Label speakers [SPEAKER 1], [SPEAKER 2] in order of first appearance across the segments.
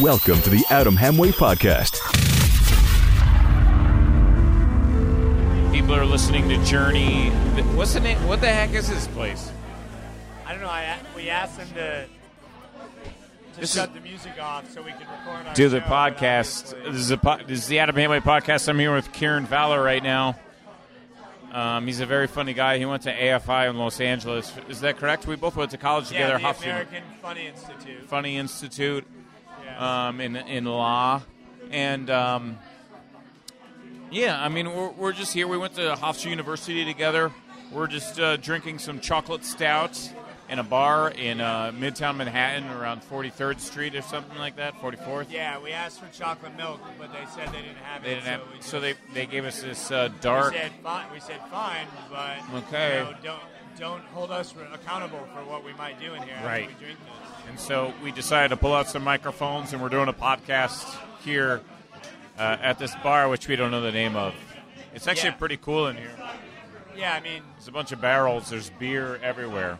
[SPEAKER 1] Welcome to the Adam Hamway Podcast.
[SPEAKER 2] People are listening to Journey. Th- What's the name? What the heck is this place?
[SPEAKER 3] I don't know. I, we asked them to, to
[SPEAKER 2] This
[SPEAKER 3] shut
[SPEAKER 2] is-
[SPEAKER 3] the music off so we could record our
[SPEAKER 2] Do the
[SPEAKER 3] show,
[SPEAKER 2] podcast.
[SPEAKER 3] but
[SPEAKER 2] This is, a po- this is the Adam Hamway Podcast. I'm here with Kieran Fowler right now. Um, he's a very funny guy. He went to AFI in Los Angeles. Is that correct? We both went to college
[SPEAKER 3] obviously- yeah,
[SPEAKER 2] together.
[SPEAKER 3] the
[SPEAKER 2] Hofstra
[SPEAKER 3] American Funny Institute.
[SPEAKER 2] Funny Institute.
[SPEAKER 3] Yeah.
[SPEAKER 2] um, in in law, and um, yeah, I mean we're, we're just here. We went to Hofstra University together. We're just uh, drinking some chocolate stouts in a bar in uh, Midtown Manhattan, around 43rd Street or something like that, 44th.
[SPEAKER 3] yeah, we asked for chocolate milk, but they said they didn't have it.
[SPEAKER 2] They didn't
[SPEAKER 3] so
[SPEAKER 2] have,
[SPEAKER 3] we
[SPEAKER 2] so
[SPEAKER 3] just-
[SPEAKER 2] they they gave us this uh,
[SPEAKER 3] we
[SPEAKER 2] dark.
[SPEAKER 3] said fine. We said fine, but you
[SPEAKER 2] Okay.
[SPEAKER 3] know, don't don't hold us re- accountable for what we might do in here. after
[SPEAKER 2] Right.
[SPEAKER 3] We drink this.
[SPEAKER 2] And so we decided to pull out some microphones, and we're doing a podcast here uh, at this bar, which we don't know the name of. It's actually
[SPEAKER 3] Yeah.
[SPEAKER 2] pretty cool in here.
[SPEAKER 3] Yeah, I mean,
[SPEAKER 2] There's a bunch of barrels. There's beer everywhere.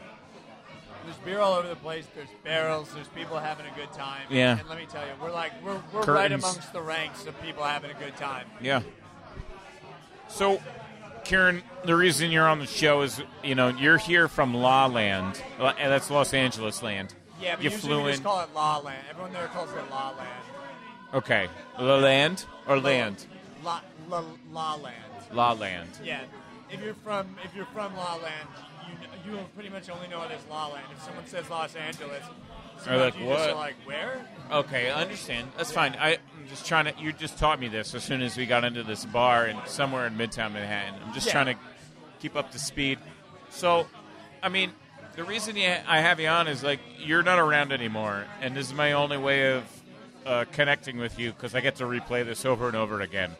[SPEAKER 3] there's beer all over the place. There's barrels. There's people having a good time.
[SPEAKER 2] Yeah.
[SPEAKER 3] And let me tell you, we're like we're, we're right
[SPEAKER 2] Curtains.
[SPEAKER 3] amongst the ranks of people having a good time.
[SPEAKER 2] Yeah. So, Karen, the reason you're on the show is, you know, you're here from La Land. La- and That's Los Angeles land.
[SPEAKER 3] Yeah, but
[SPEAKER 2] you
[SPEAKER 3] usually
[SPEAKER 2] flew
[SPEAKER 3] we
[SPEAKER 2] in.
[SPEAKER 3] just call it La Land. Everyone there calls it La Land.
[SPEAKER 2] okay, La Land or Land?
[SPEAKER 3] La La, La Land.
[SPEAKER 2] La Land.
[SPEAKER 3] Yeah. If you're from if you're from La Land, you kn- you pretty much only know it as La Land. If someone says Los Angeles, sometimes
[SPEAKER 2] like,
[SPEAKER 3] you
[SPEAKER 2] "What?"
[SPEAKER 3] just are like, where?
[SPEAKER 2] Okay, I understand. That's fine. I, I'm just trying to. You just taught me this as soon as we got into this bar and somewhere in Midtown Manhattan. I'm just
[SPEAKER 3] Yeah.
[SPEAKER 2] trying to keep up to speed. So, I mean, the reason you, I have you on is like you're not around anymore, and this is my only way of uh, connecting with you because I get to replay this over and over again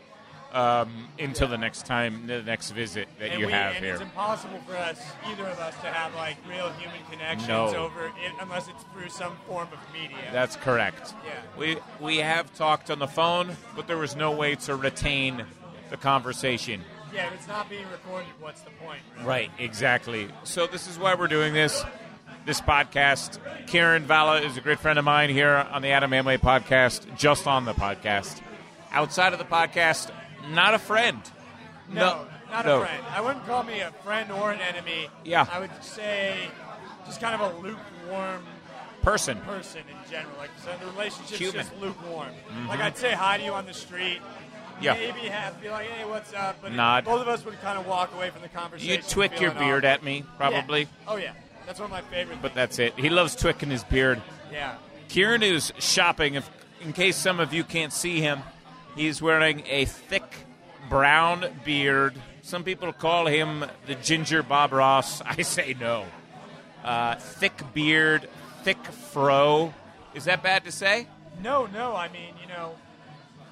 [SPEAKER 2] um, until the next time, the next visit that
[SPEAKER 3] and
[SPEAKER 2] you
[SPEAKER 3] we,
[SPEAKER 2] have
[SPEAKER 3] and
[SPEAKER 2] here.
[SPEAKER 3] it's impossible for us, either of us, to have like real human connections
[SPEAKER 2] No.
[SPEAKER 3] over it unless it's through some form of media.
[SPEAKER 2] That's correct.
[SPEAKER 3] Yeah.
[SPEAKER 2] We we have talked on the phone, but there was no way to retain the conversation.
[SPEAKER 3] yeah, if it's not being recorded, what's the point? Really?
[SPEAKER 2] Right, exactly. So this is why we're doing this this podcast. Karen Valla is a great friend of mine here on the Adam Amway podcast, just on the podcast. Outside of the podcast, not a friend.
[SPEAKER 3] No, not
[SPEAKER 2] no.
[SPEAKER 3] a friend. I wouldn't call me a friend or an enemy.
[SPEAKER 2] Yeah.
[SPEAKER 3] I would say just kind of a lukewarm
[SPEAKER 2] Person.
[SPEAKER 3] person in general. Like so the relationship's
[SPEAKER 2] Human. Mm-hmm.
[SPEAKER 3] just lukewarm. Like I'd say hi to you on the street.
[SPEAKER 2] Yeah.
[SPEAKER 3] Maybe have be like, hey, what's up? But
[SPEAKER 2] Nod.
[SPEAKER 3] both of us would kind of walk away from the conversation.
[SPEAKER 2] You twick your
[SPEAKER 3] feeling
[SPEAKER 2] beard
[SPEAKER 3] off.
[SPEAKER 2] at me, probably.
[SPEAKER 3] Yeah. Oh yeah, that's one of my favorite.
[SPEAKER 2] But that's it. He loves twicking his beard.
[SPEAKER 3] things. yeah.
[SPEAKER 2] Kieran is shopping. If, in case some of you can't see him, he's wearing a thick brown beard. Some people call him the Ginger Bob Ross. I say no. Uh, thick beard, thick fro. Is that bad to say?
[SPEAKER 3] No, no. I mean, you know,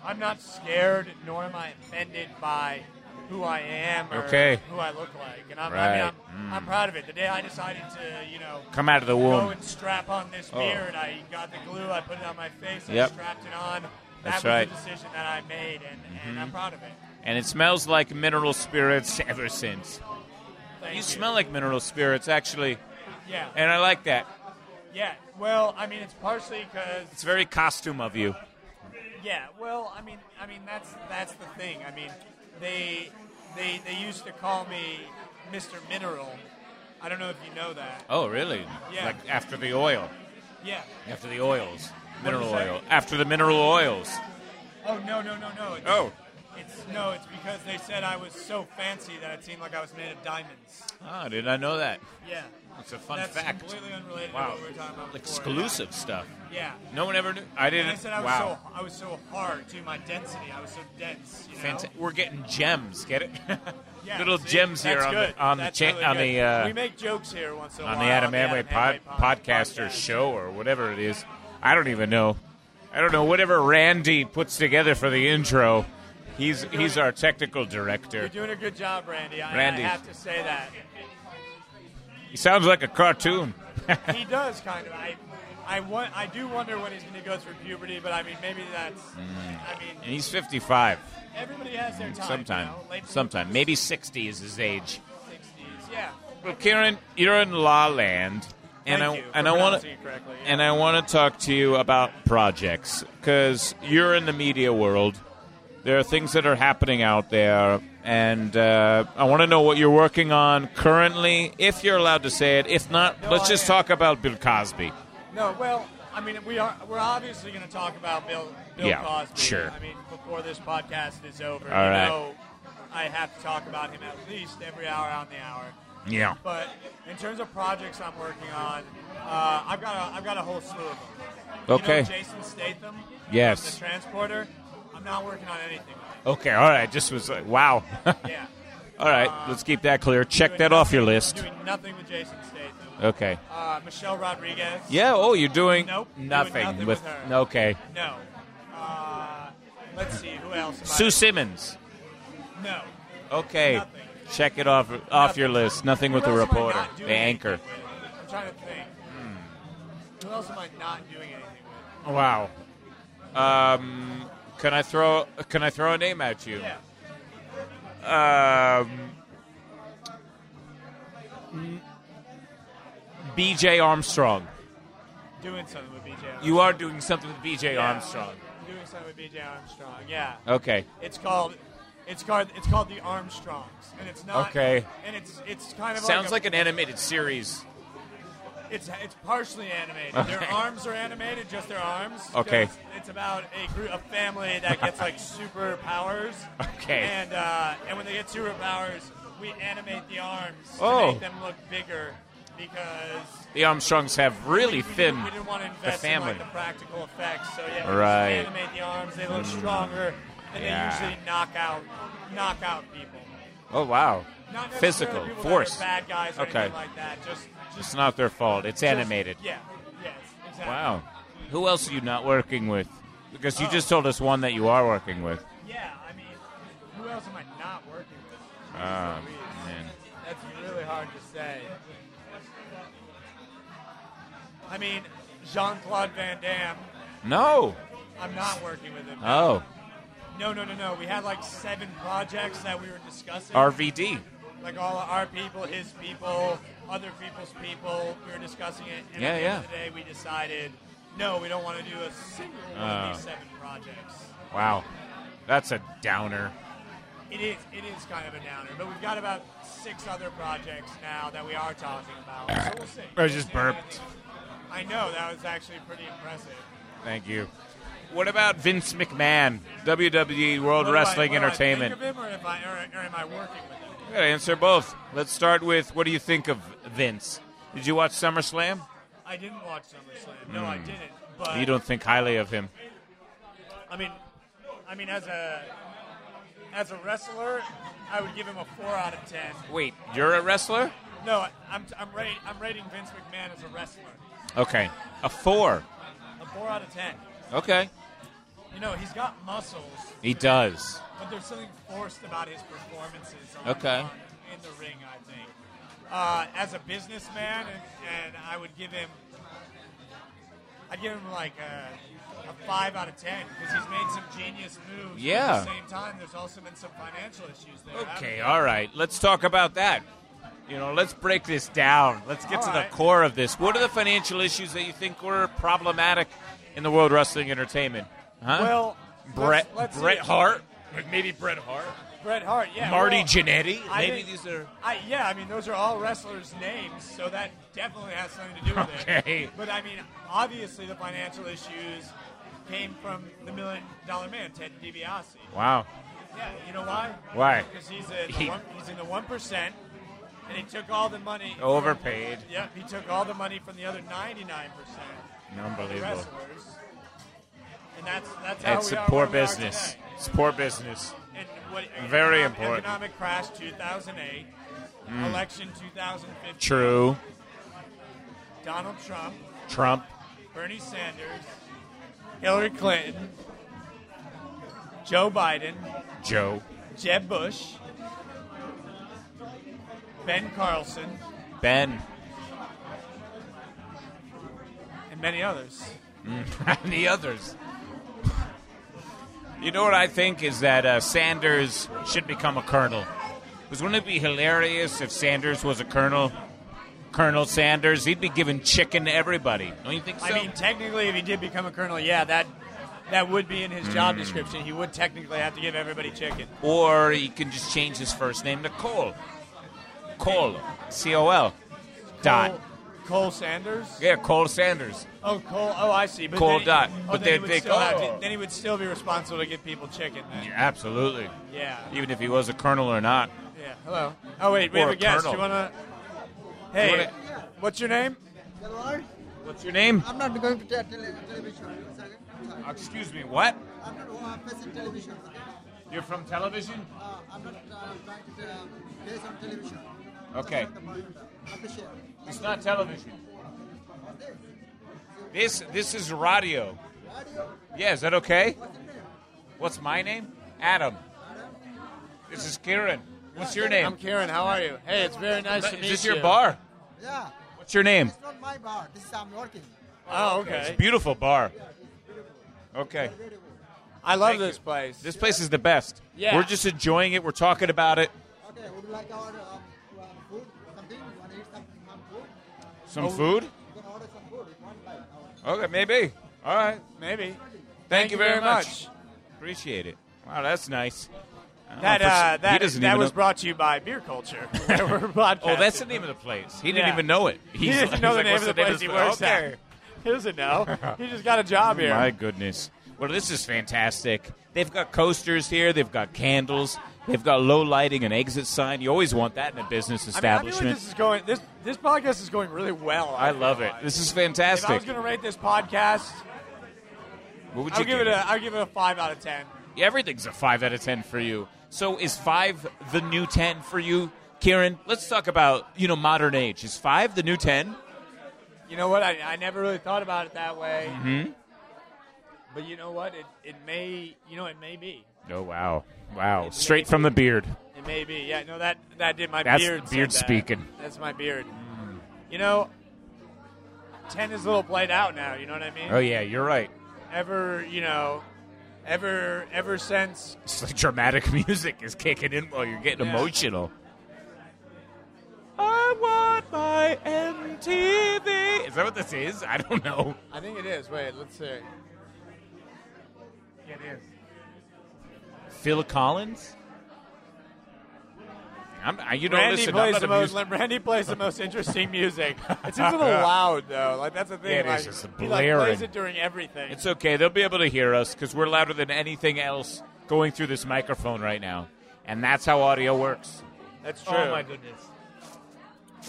[SPEAKER 3] I'm not scared, nor am I offended by who I am or
[SPEAKER 2] Okay.
[SPEAKER 3] who I look like, and I'm, I
[SPEAKER 2] Right. Mm.
[SPEAKER 3] mean, I'm, I'm proud of it. The day I decided to, you know,
[SPEAKER 2] Come out of the
[SPEAKER 3] go
[SPEAKER 2] womb.
[SPEAKER 3] and strap on this beard, I got the glue, I put it on my face,
[SPEAKER 2] Oh. Yep.
[SPEAKER 3] I strapped it on. That
[SPEAKER 2] That's
[SPEAKER 3] was
[SPEAKER 2] right. Mm-hmm.
[SPEAKER 3] the decision that I made, and, and I'm proud of it.
[SPEAKER 2] And it smells like mineral spirits ever since.
[SPEAKER 3] Thank
[SPEAKER 2] You
[SPEAKER 3] you.
[SPEAKER 2] smell like mineral spirits, actually.
[SPEAKER 3] Yeah.
[SPEAKER 2] And I like that.
[SPEAKER 3] yeah. Well, I mean, it's partially because
[SPEAKER 2] It's very costume of you.
[SPEAKER 3] Yeah, well, I mean, I mean that's that's the thing. I mean, they they they used to call me Mr. Mineral. I don't know if you know that.
[SPEAKER 2] Oh, really?
[SPEAKER 3] Yeah.
[SPEAKER 2] Like after the oil.
[SPEAKER 3] Yeah.
[SPEAKER 2] After the oils.
[SPEAKER 3] did
[SPEAKER 2] Mineral
[SPEAKER 3] you say?
[SPEAKER 2] oil. After the mineral oils.
[SPEAKER 3] Oh no no no no. It's,
[SPEAKER 2] Oh.
[SPEAKER 3] It's no. It's because they said I was so fancy that it seemed like I was made of diamonds.
[SPEAKER 2] Ah, did I know that?
[SPEAKER 3] Yeah.
[SPEAKER 2] That's a fun
[SPEAKER 3] that's
[SPEAKER 2] fact.
[SPEAKER 3] completely unrelated
[SPEAKER 2] Wow.
[SPEAKER 3] to what we were talking about. before.
[SPEAKER 2] Exclusive stuff.
[SPEAKER 3] Yeah.
[SPEAKER 2] No one ever knew. I
[SPEAKER 3] And
[SPEAKER 2] didn't.
[SPEAKER 3] I said I was
[SPEAKER 2] wow.
[SPEAKER 3] so I was so hard to my density. I was so dense. You know?
[SPEAKER 2] Fanta- We're getting gems. Get it?
[SPEAKER 3] Yeah,
[SPEAKER 2] Little
[SPEAKER 3] see?
[SPEAKER 2] gems here
[SPEAKER 3] That's
[SPEAKER 2] on
[SPEAKER 3] good.
[SPEAKER 2] the on
[SPEAKER 3] That's
[SPEAKER 2] the cha-
[SPEAKER 3] really
[SPEAKER 2] on
[SPEAKER 3] good.
[SPEAKER 2] the uh,
[SPEAKER 3] we make jokes here once in a
[SPEAKER 2] on the
[SPEAKER 3] while
[SPEAKER 2] Adam
[SPEAKER 3] Amway
[SPEAKER 2] Amway pod, podcaster show or whatever it is. I don't even know. I don't know. Whatever Randy puts together for the intro, he's he's our technical
[SPEAKER 3] You're
[SPEAKER 2] director.
[SPEAKER 3] doing a good job, Randy. I,
[SPEAKER 2] Randy.
[SPEAKER 3] I have to say that
[SPEAKER 2] He sounds like a cartoon.
[SPEAKER 3] he does kind of. I, I want. I do wonder when he's going to go through puberty, but I mean, maybe that's. I
[SPEAKER 2] Mm. And
[SPEAKER 3] mean,
[SPEAKER 2] he's 55.
[SPEAKER 3] everybody has their time.
[SPEAKER 2] Sometime.
[SPEAKER 3] You know? Late
[SPEAKER 2] Sometime. Maybe 60 is his age.
[SPEAKER 3] 60s. Yeah.
[SPEAKER 2] Well, Karen, you're in La Land. and
[SPEAKER 3] Thank
[SPEAKER 2] I
[SPEAKER 3] you
[SPEAKER 2] and
[SPEAKER 3] for
[SPEAKER 2] I want to
[SPEAKER 3] pronouncing it correctly, yeah.
[SPEAKER 2] and I want to talk to you about projects because you're in the media world. There are things that are happening out there, and uh, I want to know what you're working on currently, if you're allowed to say it. If not,
[SPEAKER 3] No,
[SPEAKER 2] let's
[SPEAKER 3] I
[SPEAKER 2] just
[SPEAKER 3] am.
[SPEAKER 2] talk about Bill Cosby.
[SPEAKER 3] No, well, I mean, we are we're obviously going to talk about Bill Bill
[SPEAKER 2] Yeah,
[SPEAKER 3] Cosby.
[SPEAKER 2] sure.
[SPEAKER 3] I mean, before this podcast is over,
[SPEAKER 2] All
[SPEAKER 3] you
[SPEAKER 2] right.
[SPEAKER 3] know, I have to talk about him at least every hour on the hour.
[SPEAKER 2] Yeah.
[SPEAKER 3] But in terms of projects I'm working on, uh, I've got a, I've got a whole slew of them.
[SPEAKER 2] Okay.
[SPEAKER 3] You know Jason Statham.
[SPEAKER 2] Yes.
[SPEAKER 3] The transporter. I'm not working on anything. with
[SPEAKER 2] Okay. All right. Just was like, wow.
[SPEAKER 3] him. Yeah.
[SPEAKER 2] all right. Let's keep that clear. Check
[SPEAKER 3] Doing
[SPEAKER 2] that off your
[SPEAKER 3] nothing-
[SPEAKER 2] list.
[SPEAKER 3] Doing nothing with Jason Statham.
[SPEAKER 2] Okay.
[SPEAKER 3] Uh, Michelle Rodriguez.
[SPEAKER 2] Yeah. Oh, you're doing
[SPEAKER 3] Nope, doing
[SPEAKER 2] nothing,
[SPEAKER 3] nothing
[SPEAKER 2] with.
[SPEAKER 3] with her.
[SPEAKER 2] Okay.
[SPEAKER 3] No. Uh, let's see who else. am I-
[SPEAKER 2] Sue Simmons.
[SPEAKER 3] No.
[SPEAKER 2] Okay.
[SPEAKER 3] Nothing.
[SPEAKER 2] Check it off off your list. Nothing with
[SPEAKER 3] Who
[SPEAKER 2] the
[SPEAKER 3] else am I
[SPEAKER 2] reporter,
[SPEAKER 3] not doing
[SPEAKER 2] the anchor. Hmm.
[SPEAKER 3] anything with? I'm trying to think. Who else am I not doing anything with?
[SPEAKER 2] Wow. Um, can I throw Can I throw a name at you?
[SPEAKER 3] Yeah.
[SPEAKER 2] Um, B.J. Armstrong.
[SPEAKER 3] Doing something with BJ. Armstrong.
[SPEAKER 2] You are doing something with B.J.
[SPEAKER 3] Yeah.
[SPEAKER 2] Armstrong.
[SPEAKER 3] Doing something with BJ Armstrong. Yeah.
[SPEAKER 2] Okay.
[SPEAKER 3] It's called. It's called. It's called the Armstrongs, and it's not.
[SPEAKER 2] Okay.
[SPEAKER 3] And it's it's kind of
[SPEAKER 2] Sounds like
[SPEAKER 3] a,
[SPEAKER 2] an animated series.
[SPEAKER 3] it's it's partially animated. Their
[SPEAKER 2] Okay.
[SPEAKER 3] arms are animated, just their arms.
[SPEAKER 2] Okay.
[SPEAKER 3] Just- It's about a group, a family that gets like superpowers.
[SPEAKER 2] Okay.
[SPEAKER 3] And uh, and when they get superpowers, we animate the arms
[SPEAKER 2] Oh.
[SPEAKER 3] to make them look bigger because
[SPEAKER 2] The Armstrongs have really
[SPEAKER 3] we,
[SPEAKER 2] thin
[SPEAKER 3] Didn't, we didn't want to
[SPEAKER 2] the
[SPEAKER 3] invest
[SPEAKER 2] family.
[SPEAKER 3] in like, the practical effects, so yeah, we
[SPEAKER 2] Right. Mm.
[SPEAKER 3] just animate the arms. They look stronger, and
[SPEAKER 2] Yeah.
[SPEAKER 3] they usually knock out knock out people.
[SPEAKER 2] oh wow.
[SPEAKER 3] Not necessarily
[SPEAKER 2] Physical
[SPEAKER 3] people that are
[SPEAKER 2] force.
[SPEAKER 3] bad guys or
[SPEAKER 2] Okay.
[SPEAKER 3] anything like that. Just just
[SPEAKER 2] It's not their fault. It's animated.
[SPEAKER 3] Just, yeah. Yes. Exactly.
[SPEAKER 2] Wow. Who else are you not working with? Because you
[SPEAKER 3] Oh.
[SPEAKER 2] just told us one that you are working with.
[SPEAKER 3] Yeah. I mean, who else am I not working with?
[SPEAKER 2] Ah,
[SPEAKER 3] Jesus Louise.
[SPEAKER 2] man.
[SPEAKER 3] That's really hard to say. I mean, Jean Claude Van Damme.
[SPEAKER 2] No.
[SPEAKER 3] I'm not working with him.
[SPEAKER 2] Oh,
[SPEAKER 3] No, no, no, no. We had like seven projects that we were discussing.
[SPEAKER 2] RVD.
[SPEAKER 3] like all our people, his people, other people's people. We were discussing it. And
[SPEAKER 2] Yeah,
[SPEAKER 3] at the
[SPEAKER 2] yeah.
[SPEAKER 3] End of the day, we decided no, we don't want to do a single one
[SPEAKER 2] Oh.
[SPEAKER 3] of these seven projects.
[SPEAKER 2] Wow. That's a downer.
[SPEAKER 3] It is, it is kind of a downer, but we've got about six other projects now that we are talking about. So we'll see.
[SPEAKER 2] I just burped.
[SPEAKER 3] I know that was actually pretty impressive.
[SPEAKER 2] Thank you. What about Vince McMahon, WWE
[SPEAKER 3] What
[SPEAKER 2] World
[SPEAKER 3] do I-
[SPEAKER 2] Wrestling
[SPEAKER 3] what do I think
[SPEAKER 2] Entertainment?
[SPEAKER 3] of him or, if I, or, or am I working with him?
[SPEAKER 2] I gotta answer both. Let's start with what do you think of Vince? Did you watch SummerSlam?
[SPEAKER 3] I didn't watch SummerSlam. No, I didn't. But
[SPEAKER 2] Hmm. You don't think highly of him.
[SPEAKER 3] I mean, I mean, as a as a wrestler, I would give him a four out of ten.
[SPEAKER 2] Wait, you're a wrestler?
[SPEAKER 3] No, I- I'm I'm rating I'm rating Vince McMahon as a wrestler.
[SPEAKER 2] Okay. A four.
[SPEAKER 3] A four out of ten.
[SPEAKER 2] Okay.
[SPEAKER 3] You know, he's got muscles,
[SPEAKER 2] He does.
[SPEAKER 3] but there's something forced about his performances. On,
[SPEAKER 2] Okay.
[SPEAKER 3] on- in the ring, I think. Uh, as a businessman, and, and I would give him. I'd give him like a, a five out of ten because he's made some genius moves. but
[SPEAKER 2] Yeah.
[SPEAKER 3] At the same time, there's also been some financial issues there. haven't
[SPEAKER 2] Okay,
[SPEAKER 3] there?
[SPEAKER 2] all right. Let's talk about that. You know, let's break this down. Let's get
[SPEAKER 3] All
[SPEAKER 2] to
[SPEAKER 3] right.
[SPEAKER 2] the core of this. What are the financial issues that you think were problematic in the World Wrestling Entertainment? Huh?
[SPEAKER 3] Well,
[SPEAKER 2] Bret
[SPEAKER 3] let's, let's
[SPEAKER 2] Bret
[SPEAKER 3] see.
[SPEAKER 2] Hart, Like, maybe Bret Hart,
[SPEAKER 3] Bret Hart, yeah.
[SPEAKER 2] Marty
[SPEAKER 3] well,
[SPEAKER 2] Jannetty.
[SPEAKER 3] I
[SPEAKER 2] Maybe
[SPEAKER 3] think-
[SPEAKER 2] these are
[SPEAKER 3] I, yeah, I mean, those are all wrestlers' names, so that definitely has something to do with
[SPEAKER 2] Okay.
[SPEAKER 3] it. But I mean, obviously, the financial issues came from the Million Dollar Man, Ted DiBiase.
[SPEAKER 2] wow.
[SPEAKER 3] Yeah, you know why?
[SPEAKER 2] Why?
[SPEAKER 3] Because he's a,
[SPEAKER 2] He-
[SPEAKER 3] the one, he's in the one percent, and he took all the money.
[SPEAKER 2] Oh. Overpaid.
[SPEAKER 3] Yep, he took all the money from the other ninety-nine percent
[SPEAKER 2] Unbelievable.
[SPEAKER 3] wrestlers, and that's that's how
[SPEAKER 2] It's
[SPEAKER 3] we
[SPEAKER 2] a
[SPEAKER 3] are
[SPEAKER 2] poor
[SPEAKER 3] where we are
[SPEAKER 2] business.
[SPEAKER 3] today
[SPEAKER 2] It's poor business.
[SPEAKER 3] and what
[SPEAKER 2] Very
[SPEAKER 3] economic,
[SPEAKER 2] important. Hmm.
[SPEAKER 3] economic crash 2008 election 2015
[SPEAKER 2] True.
[SPEAKER 3] donald trump
[SPEAKER 2] Trump.
[SPEAKER 3] bernie sanders hillary clinton joe biden
[SPEAKER 2] Joe.
[SPEAKER 3] jeb bush ben carlson
[SPEAKER 2] Ben.
[SPEAKER 3] and many others
[SPEAKER 2] and the others. You know what I think is that uh, Sanders should become a colonel. Because wouldn't it be hilarious if Sanders was a colonel? Colonel Sanders, he'd be giving chicken to everybody. Don't you think so?
[SPEAKER 3] I mean, technically, if he did become a colonel, yeah, that that would be in his
[SPEAKER 2] Hmm.
[SPEAKER 3] job description. He would technically have to give everybody chicken.
[SPEAKER 2] or he can just change his first name to Cole. Cole. C O L. Dot.
[SPEAKER 3] Cole, Cole Sanders.
[SPEAKER 2] Yeah, Cole Sanders.
[SPEAKER 3] Oh, Cole. Oh, I see. But
[SPEAKER 2] Cole
[SPEAKER 3] then he-
[SPEAKER 2] Dot.
[SPEAKER 3] Oh,
[SPEAKER 2] But
[SPEAKER 3] then,
[SPEAKER 2] they-
[SPEAKER 3] he would
[SPEAKER 2] they-
[SPEAKER 3] still have to-
[SPEAKER 2] oh.
[SPEAKER 3] then he would still be responsible to give people chicken. Then.
[SPEAKER 2] absolutely.
[SPEAKER 3] Yeah.
[SPEAKER 2] Even if he was a colonel or not.
[SPEAKER 3] Yeah. Hello. Oh wait, we
[SPEAKER 2] Or
[SPEAKER 3] have
[SPEAKER 2] a
[SPEAKER 3] a guest.
[SPEAKER 2] colonel.
[SPEAKER 3] You wanna? Hey,
[SPEAKER 2] You wanna-
[SPEAKER 3] what's your name?
[SPEAKER 4] Hello?
[SPEAKER 2] What's your name?
[SPEAKER 4] I'm not going to tell tele- television. One second. Sorry.
[SPEAKER 2] Excuse me, what?
[SPEAKER 4] I'm not uh, facing television. okay?
[SPEAKER 2] You're from television?
[SPEAKER 4] Uh, I'm not uh, trying to uh, face on television.
[SPEAKER 2] Okay.
[SPEAKER 4] That's not the point. Appreciate it.
[SPEAKER 2] It's not television. This this is radio. Yeah, is that okay? What's my name? Adam. This is Kieran. What's your name?
[SPEAKER 3] I'm Karen. How are you? Hey, it's very nice to meet
[SPEAKER 2] Is
[SPEAKER 3] you.
[SPEAKER 2] this your bar?
[SPEAKER 4] Yeah.
[SPEAKER 2] What's your name?
[SPEAKER 4] It's not my bar. This is I'm working.
[SPEAKER 3] Oh,
[SPEAKER 2] It's a
[SPEAKER 3] okay.
[SPEAKER 2] beautiful bar. Okay.
[SPEAKER 3] I love
[SPEAKER 2] Thank
[SPEAKER 3] this
[SPEAKER 2] you.
[SPEAKER 3] place.
[SPEAKER 2] This place is the best.
[SPEAKER 3] Yeah.
[SPEAKER 2] We're just enjoying it. We're talking about it.
[SPEAKER 4] Okay. Would you like our um, uh, food? Something? You want to eat something?
[SPEAKER 2] Some
[SPEAKER 3] Oh.
[SPEAKER 4] Some food?
[SPEAKER 2] food?
[SPEAKER 4] You can order some food. if You want like our
[SPEAKER 2] Okay, maybe. All right.
[SPEAKER 3] maybe.
[SPEAKER 2] Thank, you very, much. Appreciate it. Wow, that's nice. I don't
[SPEAKER 3] That
[SPEAKER 2] know if
[SPEAKER 3] uh,
[SPEAKER 2] it's- he
[SPEAKER 3] that
[SPEAKER 2] doesn't
[SPEAKER 3] that
[SPEAKER 2] even
[SPEAKER 3] was
[SPEAKER 2] know-
[SPEAKER 3] brought to you by Beer Culture. where we're
[SPEAKER 2] Oh,
[SPEAKER 3] broadcasting.
[SPEAKER 2] that's the name of the place. He didn't
[SPEAKER 3] Yeah.
[SPEAKER 2] even know it.
[SPEAKER 3] He
[SPEAKER 2] He's
[SPEAKER 3] didn't
[SPEAKER 2] like-
[SPEAKER 3] know
[SPEAKER 2] he's
[SPEAKER 3] the
[SPEAKER 2] like,
[SPEAKER 3] name
[SPEAKER 2] "What's
[SPEAKER 3] of the place
[SPEAKER 2] of
[SPEAKER 3] he
[SPEAKER 2] this
[SPEAKER 3] works
[SPEAKER 2] Okay.
[SPEAKER 3] at. He doesn't know. He just got a job here.
[SPEAKER 2] My goodness. Well, this is fantastic. They've got coasters here. They've got candles. They've got low lighting and exit sign. You always want that in a business
[SPEAKER 3] I mean, I feel like
[SPEAKER 2] establishment.
[SPEAKER 3] this is going. This this podcast is going really well.
[SPEAKER 2] I love it. This is fantastic.
[SPEAKER 3] If I was going to rate this podcast,
[SPEAKER 2] what would you
[SPEAKER 3] I'll give it a I'll give it a five out of ten.
[SPEAKER 2] Everything's a five out of ten for you. So is five the new ten for you, Kieran? Let's talk about you know modern age. Is five the new ten?
[SPEAKER 3] You know what? I, I never really thought about it that way.
[SPEAKER 2] Mm-hmm.
[SPEAKER 3] But you know what? It, it may you know it may be.
[SPEAKER 2] Oh wow, wow! Straight from the beard.
[SPEAKER 3] It may be. Yeah. No, that that did my
[SPEAKER 2] That's
[SPEAKER 3] beard.
[SPEAKER 2] the
[SPEAKER 3] said
[SPEAKER 2] beard
[SPEAKER 3] that.
[SPEAKER 2] speaking.
[SPEAKER 3] That's my beard. You know, ten is a little played out now. You know what I mean?
[SPEAKER 2] Oh yeah, you're right.
[SPEAKER 3] Ever you know, ever ever since
[SPEAKER 2] It's like dramatic music is kicking in while you're getting
[SPEAKER 3] Yeah.
[SPEAKER 2] emotional. I want my MTV. Is that what this is? I don't know.
[SPEAKER 3] I think it is. Wait, let's see. It is.
[SPEAKER 2] Phil Collins. I'm, I- you don't
[SPEAKER 3] Randy
[SPEAKER 2] listen. I'm
[SPEAKER 3] plays
[SPEAKER 2] not
[SPEAKER 3] the
[SPEAKER 2] a
[SPEAKER 3] most.
[SPEAKER 2] music-
[SPEAKER 3] Randy plays the most interesting music. It seems a little loud though. Like that's the thing.
[SPEAKER 2] Yeah, it is.
[SPEAKER 3] like,
[SPEAKER 2] It's
[SPEAKER 3] he, like,
[SPEAKER 2] blaring.
[SPEAKER 3] plays it during everything.
[SPEAKER 2] It's okay. They'll be able to hear us because we're louder than anything else going through this microphone right now. And that's how audio works.
[SPEAKER 3] that's true.
[SPEAKER 2] goodness.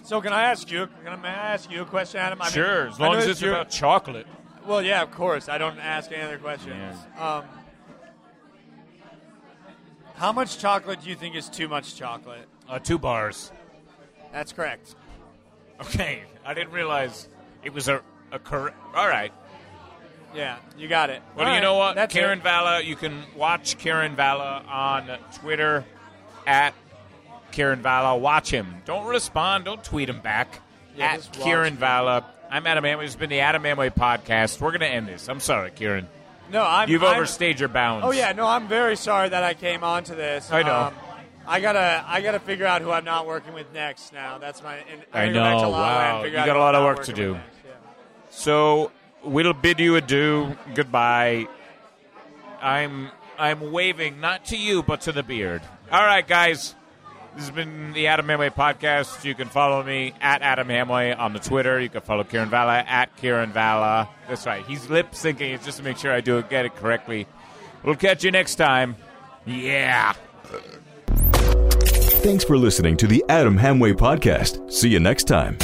[SPEAKER 3] So can I ask you? Can I, may I ask you a question, Adam? I mean,
[SPEAKER 2] Sure, as
[SPEAKER 3] I
[SPEAKER 2] long
[SPEAKER 3] know
[SPEAKER 2] as
[SPEAKER 3] that
[SPEAKER 2] it's
[SPEAKER 3] you're-
[SPEAKER 2] about chocolate.
[SPEAKER 3] Well, yeah, of course. I don't ask any other questions. Um, how much chocolate do you think is too much chocolate?
[SPEAKER 2] Uh, two bars.
[SPEAKER 3] That's correct.
[SPEAKER 2] Okay. I didn't realize it was a, a correct. All right.
[SPEAKER 3] Yeah, you got it.
[SPEAKER 2] Well,
[SPEAKER 3] All
[SPEAKER 2] you
[SPEAKER 3] right,
[SPEAKER 2] know what?
[SPEAKER 3] That's
[SPEAKER 2] Karen
[SPEAKER 3] it.
[SPEAKER 2] Valla, you can watch Karen Valla on Twitter at Karen Valla. Watch him. Don't respond. Don't tweet him back.
[SPEAKER 3] Yeah,
[SPEAKER 2] at
[SPEAKER 3] just watch
[SPEAKER 2] Kieran
[SPEAKER 3] him.
[SPEAKER 2] Valla. I'm Adam Amway. It's been the Adam Amway podcast. We're going to end this. I'm sorry, Kieran.
[SPEAKER 3] No, I'm.
[SPEAKER 2] You've
[SPEAKER 3] I'm-
[SPEAKER 2] overstayed your bounds.
[SPEAKER 3] Oh yeah, no, I'm very sorry that I came on to this. Um,
[SPEAKER 2] I know.
[SPEAKER 3] I gotta, I gotta figure out who I'm not working with next. Now that's my. And
[SPEAKER 2] I
[SPEAKER 3] gotta go back
[SPEAKER 2] know,
[SPEAKER 3] to La La Land,
[SPEAKER 2] wow.
[SPEAKER 3] figure
[SPEAKER 2] You
[SPEAKER 3] out
[SPEAKER 2] got
[SPEAKER 3] who
[SPEAKER 2] a lot
[SPEAKER 3] I'm
[SPEAKER 2] of
[SPEAKER 3] not
[SPEAKER 2] work to
[SPEAKER 3] working
[SPEAKER 2] do.
[SPEAKER 3] with next, yeah.
[SPEAKER 2] So we'll bid you adieu. Goodbye. I'm I'm waving not to you but to the beard. All right, guys. This has been the Adam Hamway podcast. You can follow me at Adam Hamway on the Twitter. You can follow Kieran Valla at Kieran Valla. That's right. He's lip syncing it just to make sure I do it, get it correctly. We'll catch you next time. Yeah.
[SPEAKER 1] Thanks for listening to the Adam Hamway Podcast. See you next time.